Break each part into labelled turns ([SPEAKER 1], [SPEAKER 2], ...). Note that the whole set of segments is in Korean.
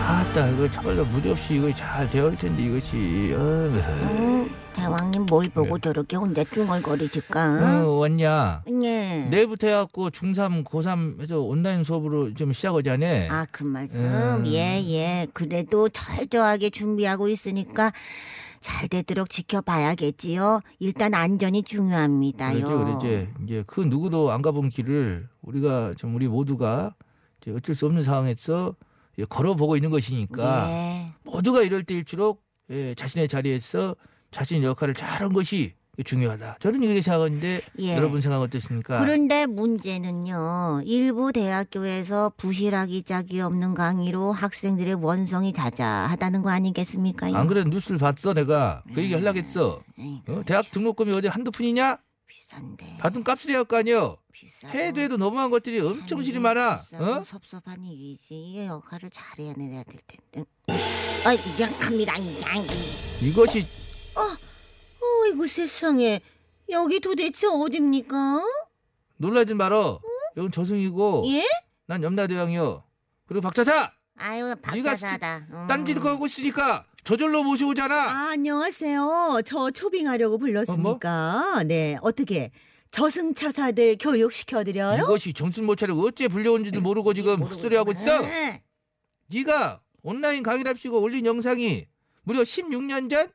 [SPEAKER 1] 아따 이거 참말로 무리 없이 이거 잘 되올 텐데 이것이 어,
[SPEAKER 2] 대왕님
[SPEAKER 1] 네.
[SPEAKER 2] 뭘 보고 저렇게 혼자
[SPEAKER 1] 어,
[SPEAKER 2] 쭈얼거리실까?
[SPEAKER 1] 왔냐?
[SPEAKER 2] 예.
[SPEAKER 1] 내일부터 해갖고 중3, 고3 해서 온라인 수업으로 좀 시작하자네.
[SPEAKER 2] 아, 그
[SPEAKER 1] 음.
[SPEAKER 2] 말씀. 예, 예. 그래도 철저하게 준비하고 있으니까 잘 되도록 지켜봐야겠지요. 일단 안전이
[SPEAKER 1] 그러지,
[SPEAKER 2] 중요합니다요.
[SPEAKER 1] 그러지. 이제 그 누구도 안 가본 길을 우리가 좀 우리 모두가 이제 어쩔 수 없는 상황에서 이제 걸어보고 있는 것이니까
[SPEAKER 2] 예.
[SPEAKER 1] 모두가 이럴 때일수록 예, 자신의 자리에서 자신의 역할을 잘한 것이 중요하다. 저는 이렇게 생각하는데
[SPEAKER 2] 예.
[SPEAKER 1] 여러분 생각 어떻습니까?
[SPEAKER 2] 그런데 문제는요. 일부 대학교에서 부실하기 짝이 없는 강의로 학생들의 원성이 자자하다는 거 아니겠습니까?
[SPEAKER 1] 안 그래도 뉴스를 봤어 내가 그
[SPEAKER 2] 음.
[SPEAKER 1] 얘기 하려고 했어.
[SPEAKER 2] 에이,
[SPEAKER 1] 어? 대학 등록금이 어디 한두 푼이냐?
[SPEAKER 2] 비싼데.
[SPEAKER 1] 받은 값을 해야 할 거 아니여.
[SPEAKER 2] 비싸고.
[SPEAKER 1] 해도 해도 너무한 것들이 엄청 실이 많아.
[SPEAKER 2] 비싸고
[SPEAKER 1] 어?
[SPEAKER 2] 섭섭한 일이지. 이 역할을 잘해야 내야 될 텐데. 아, 미안합니다. 양.
[SPEAKER 1] 이것이
[SPEAKER 2] 어이구 세상에. 여기 도대체 어딥니까?
[SPEAKER 1] 놀라지 말어. 여긴 저승이고
[SPEAKER 2] 예?
[SPEAKER 1] 난 염라대왕이여. 그리고 박차사
[SPEAKER 2] 아유
[SPEAKER 1] 네가
[SPEAKER 2] 박자사다.
[SPEAKER 1] 딴짓 하고 있으니까 저절로 아. 모시고잖아.
[SPEAKER 3] 어. 아, 안녕하세요. 저 초빙하려고
[SPEAKER 1] 어,
[SPEAKER 3] 불렀습니까?
[SPEAKER 1] 뭐?
[SPEAKER 3] 네, 어떻게 저승차사들 교육시켜드려요?
[SPEAKER 1] 이것이 정신 못 차리고 어째 불려온지도 네. 모르고 지금 헛소리하고 있어.
[SPEAKER 3] 네.
[SPEAKER 1] 네가 온라인 강의랍시고 올린 영상이 무려 16년 전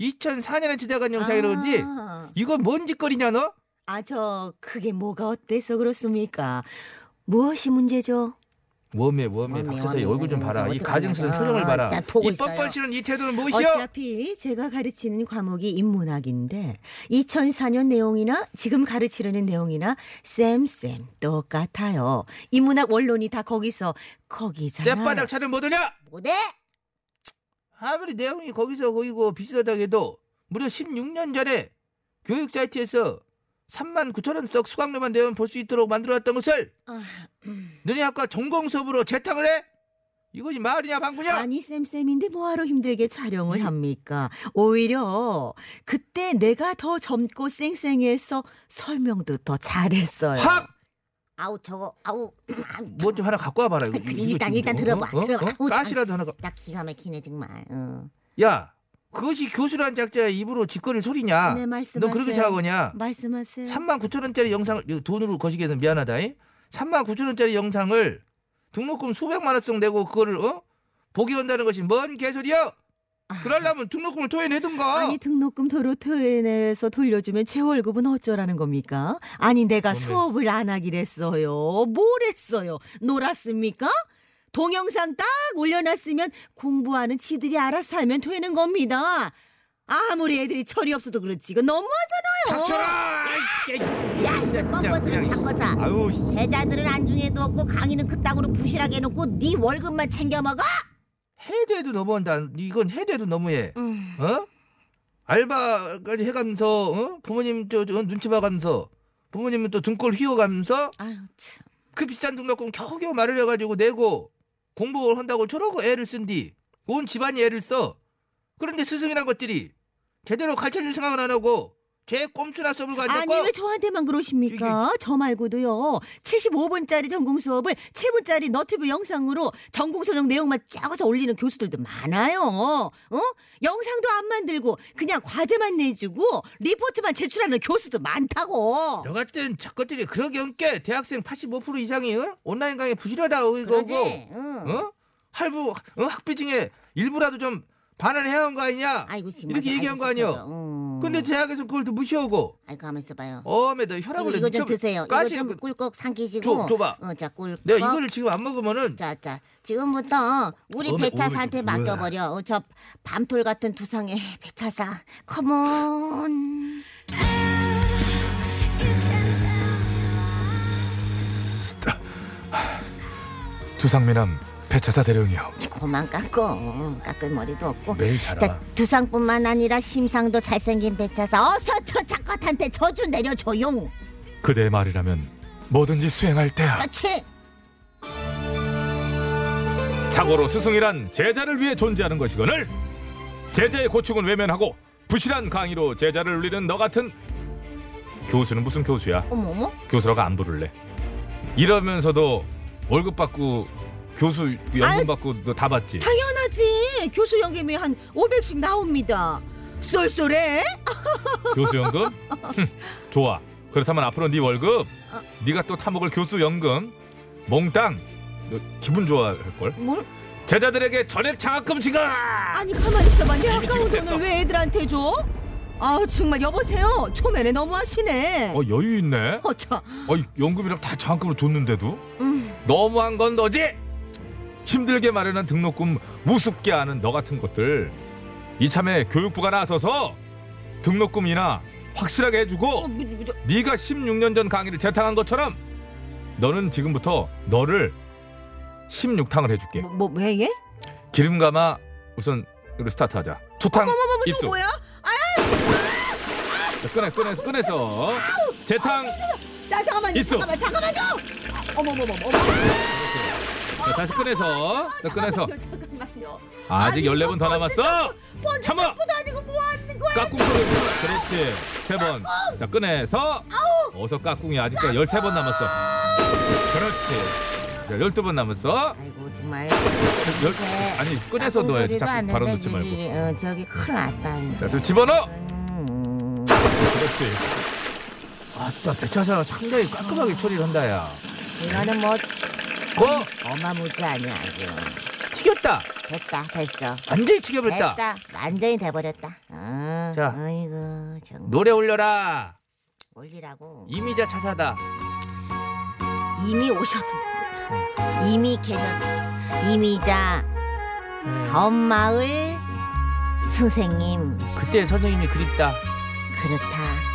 [SPEAKER 1] 2004년에 제작한 영상이라든지
[SPEAKER 3] 아,
[SPEAKER 1] 이건 뭔 짓거리냐 너?
[SPEAKER 3] 아, 저 그게 뭐가 어때서 그렇습니까? 무엇이 문제죠?
[SPEAKER 1] 웜에 웜에
[SPEAKER 2] 웜에,
[SPEAKER 1] 박차사의
[SPEAKER 2] 웜에,
[SPEAKER 1] 얼굴 좀
[SPEAKER 2] 웜에,
[SPEAKER 1] 봐라
[SPEAKER 2] 웜에
[SPEAKER 1] 이 가증스러운
[SPEAKER 2] 어떡하냐.
[SPEAKER 1] 표정을 봐라
[SPEAKER 2] 나 보고
[SPEAKER 1] 이
[SPEAKER 2] 있어요.
[SPEAKER 1] 뻔뻔치는 이 태도는 무엇이여?
[SPEAKER 3] 어차피 제가 가르치는 과목이 인문학인데 2004년 내용이나 지금 가르치려는 내용이나 쌤쌤 똑같아요. 인문학 원론이 다 거기서 거기잖아요. 네.
[SPEAKER 1] 쌔바닥 차를 못 오냐?
[SPEAKER 2] 뭐대?
[SPEAKER 1] 아무리 내용이 거기서 거기고 비슷하다고 해도 무려 16년 전에 교육 사이트에서 3만 9천 원석 수강료만 내면 볼 수 있도록 만들어놨던 것을
[SPEAKER 3] 아,
[SPEAKER 1] 너네 아까 전공 수업으로 재탕을 해? 이것이 말이냐 방구냐?
[SPEAKER 3] 아니 쌤쌤인데 뭐하러 힘들게
[SPEAKER 1] 예.
[SPEAKER 3] 촬영을 합니까? 오히려 그때 내가 더 젊고 쌩쌩해서 설명도 더 잘했어요.
[SPEAKER 1] 확!
[SPEAKER 2] 아우 저거 아우.
[SPEAKER 3] 음,
[SPEAKER 1] 뭐 좀 하나 갖고 와봐라 이거,
[SPEAKER 2] 그,
[SPEAKER 1] 이거
[SPEAKER 2] 일단,
[SPEAKER 1] 지금
[SPEAKER 2] 일단
[SPEAKER 1] 뭐,
[SPEAKER 2] 들어봐, 들어봐. 아우,
[SPEAKER 1] 가시라도 하나 가...
[SPEAKER 2] 나 기가 막히네 정말. 어.
[SPEAKER 1] 야 그것이 교수란 작자의 입으로 짓거릴 소리냐
[SPEAKER 3] 네,
[SPEAKER 1] 아,
[SPEAKER 3] 말씀하세요.
[SPEAKER 1] 너 그렇게 생각하냐
[SPEAKER 3] 말씀하세요.
[SPEAKER 1] 3만 9천 원짜리 영상을 이거 돈으로 거시기에는 미안하다. 3만 9천 원짜리 영상을 등록금 수백만 원씩 내고 그거를 어? 보기 한다는 것이 뭔 개소리야?
[SPEAKER 3] 아.
[SPEAKER 1] 그러려면 등록금을 토해내든가.
[SPEAKER 3] 아니 등록금 도로 토해내서 돌려주면 제 월급은 어쩌라는 겁니까? 아니 내가
[SPEAKER 1] 어메.
[SPEAKER 3] 수업을 안 하기로 했어요. 뭘 했어요? 놀았습니까? 동영상 딱 올려놨으면 공부하는 지들이 알아서 하면 되는 겁니다. 아무리 애들이 철이 없어도 그렇지 이거 너무하잖아요.
[SPEAKER 1] 닥쳐라! 아이,
[SPEAKER 2] 야 이거 뻔뻔스는 잡거사.
[SPEAKER 1] 아유, 씨.
[SPEAKER 2] 제자들은 안중에도 없고 강의는 그따구로 부실하게 해놓고 네 월급만 챙겨 먹어?
[SPEAKER 1] 해도 해도 너무한다. 이건 해도 해도 너무해.
[SPEAKER 3] 음.
[SPEAKER 1] 어? 알바까지 해가면서 어? 부모님 저, 저 눈치 봐가면서 부모님은 또 등골 휘어가면서
[SPEAKER 3] 아유 참.
[SPEAKER 1] 그 비싼 등록금 겨우겨우 말을 해가지고 내고 공부를 한다고 저러고 애를 쓴디 온 집안이 애를 써 그런데 스승이란 것들이 제대로 가르쳐줄 생각을 안 하고 제 꼼수나 수업을 가지고
[SPEAKER 3] 아니 왜 저한테만 그러십니까? 저 말고도요. 75분짜리 전공 수업을 7분짜리 너튜브 영상으로 전공 서적 내용만 짜고서 올리는 교수들도 많아요. 어? 영상도 안 만들고 그냥 과제만 내주고 리포트만 제출하는 교수도 많다고.
[SPEAKER 1] 너 같은 저것들이 그러기 없게 대학생 85% 이상이 어? 온라인 강의 부실하다고 이거고
[SPEAKER 2] 그러지? 응.
[SPEAKER 1] 어? 할부 어? 학비 중에 일부라도 좀 반환을 해야 한 거 아니냐
[SPEAKER 2] 아이고 어. 지금
[SPEAKER 1] 이렇게 얘기한 거 아니여 근데 대학에서 그걸 또 무시하고
[SPEAKER 2] 아이고 가만 있어봐요.
[SPEAKER 1] 어메 너 혈압을
[SPEAKER 2] 이거, 이거 좀
[SPEAKER 1] 미쳐-
[SPEAKER 2] 드세요. 이거
[SPEAKER 1] 가시는
[SPEAKER 2] 좀
[SPEAKER 1] 거-
[SPEAKER 2] 꿀꺽 삼키시고.
[SPEAKER 1] 줘, 줘봐.
[SPEAKER 2] 어, 자 꿀꺽.
[SPEAKER 1] 내가 이거를 지금 안 먹으면은
[SPEAKER 2] 자, 자, 지금부터 우리
[SPEAKER 1] 어메,
[SPEAKER 2] 배차사한테
[SPEAKER 1] 어메,
[SPEAKER 2] 맡겨버려. 어, 저 밤톨 같은 두상의 배차사. 컴온.
[SPEAKER 4] 두상미남 배차사 대령이요.
[SPEAKER 2] 고만 깎고 깎을 머리도 없고
[SPEAKER 4] 매일 자라.
[SPEAKER 2] 그러니까 두상뿐만 아니라 심상도 잘생긴 배차사 어서 저 작것한테 저주 내려줘용
[SPEAKER 4] 그대의 말이라면 뭐든지 수행할 때야.
[SPEAKER 2] 그렇지
[SPEAKER 4] 자고로 스승이란 제자를 위해 존재하는 것이거늘 제자의 고충은 외면하고 부실한 강의로 제자를 울리는 너 같은 교수는 무슨 교수야?
[SPEAKER 2] 어머머
[SPEAKER 4] 교수라고 안 부를래. 이러면서도 월급 받고 교수 연금
[SPEAKER 3] 아유.
[SPEAKER 4] 받고 너 다 받지.
[SPEAKER 3] 당연하지. 교수 연금이 한 500씩 나옵니다. 쏠쏠해.
[SPEAKER 4] 교수 연금? 흠, 좋아. 그렇다면 앞으로 네 월급 네가 또 타먹을 교수 연금 몽땅 너 기분 좋아할 걸.
[SPEAKER 3] 뭘?
[SPEAKER 4] 제자들에게 전액 장학금 지가.
[SPEAKER 3] 아니 가만 있어봐. 내
[SPEAKER 4] 이미
[SPEAKER 3] 아까운
[SPEAKER 4] 지급됐어.
[SPEAKER 3] 돈을 왜 애들한테 줘? 아 정말 여보세요. 초면에 너무하시네.
[SPEAKER 4] 어 여유 있네.
[SPEAKER 3] 어차.
[SPEAKER 4] 어 이 연금이랑 다 장학금을 줬는데도
[SPEAKER 3] 음.
[SPEAKER 4] 너무한 건 너지. 힘들게 마련한 등록금 우습게 하는 너 같은 것들 이참에 교육부가 나서서 등록금이나 확실하게 해주고
[SPEAKER 3] 어, 미- 미-
[SPEAKER 4] 네가 16년 전 강의를 재탕한 것처럼 너는 지금부터 너를 16탕을 해줄게.
[SPEAKER 3] 뭐, 뭐 왜? 얘?
[SPEAKER 4] 기름 감아 우선 으로 스타트하자. 초탕
[SPEAKER 3] 저거
[SPEAKER 4] 입수.
[SPEAKER 3] 뭐야?
[SPEAKER 2] 아,
[SPEAKER 4] 자, 꺼내 꺼내 꺼내서 재탕.
[SPEAKER 3] 나 잠깐만.
[SPEAKER 4] 입수.
[SPEAKER 3] 잠깐만. 잠깐만 좀. 아, 어머머머. 어머.
[SPEAKER 4] 자, 다시 꺼내서 자, 꺼내서
[SPEAKER 3] 잠깐만요, 잠깐만요.
[SPEAKER 4] 아직
[SPEAKER 3] 아니,
[SPEAKER 4] 14번
[SPEAKER 2] 뭐,
[SPEAKER 4] 더
[SPEAKER 3] 이거
[SPEAKER 4] 남았어.
[SPEAKER 3] 번지
[SPEAKER 4] 참아.
[SPEAKER 3] 점프도 아니고 뭐 하는 거야?
[SPEAKER 4] 깍꿍 소리. 그렇지. 세 번. 자, 꺼내서 어서 깍꿍이 아직까지 13번 남았어. 그렇지. 자, 12번 남았어.
[SPEAKER 2] 아이고 정말
[SPEAKER 4] 열,
[SPEAKER 3] 네.
[SPEAKER 4] 아니 꺼내서 넣어야지. 자꾸 바로 넣지 말고.
[SPEAKER 2] 어, 저기 큰일 났다
[SPEAKER 4] 자, 좀 집어넣어.
[SPEAKER 2] 음,
[SPEAKER 4] 그렇지.
[SPEAKER 1] 아따 배차사 상당히 깔끔하게 처리를 한다야.
[SPEAKER 2] 이거는 뭐
[SPEAKER 1] 어?
[SPEAKER 2] 어마무지 아니야 아주
[SPEAKER 1] 튀겼다.
[SPEAKER 2] 됐다 됐어
[SPEAKER 1] 완전히 튀겨버렸다.
[SPEAKER 2] 됐다 완전히 돼버렸다 아,
[SPEAKER 1] 자.
[SPEAKER 2] 아이고 정말
[SPEAKER 1] 노래 올려라.
[SPEAKER 2] 올리라고
[SPEAKER 1] 이미자 차사다.
[SPEAKER 2] 이미 오셨 이미 계셨 이미자 섬마을 선생님
[SPEAKER 1] 그때 선생님이 그립다.
[SPEAKER 2] 그렇다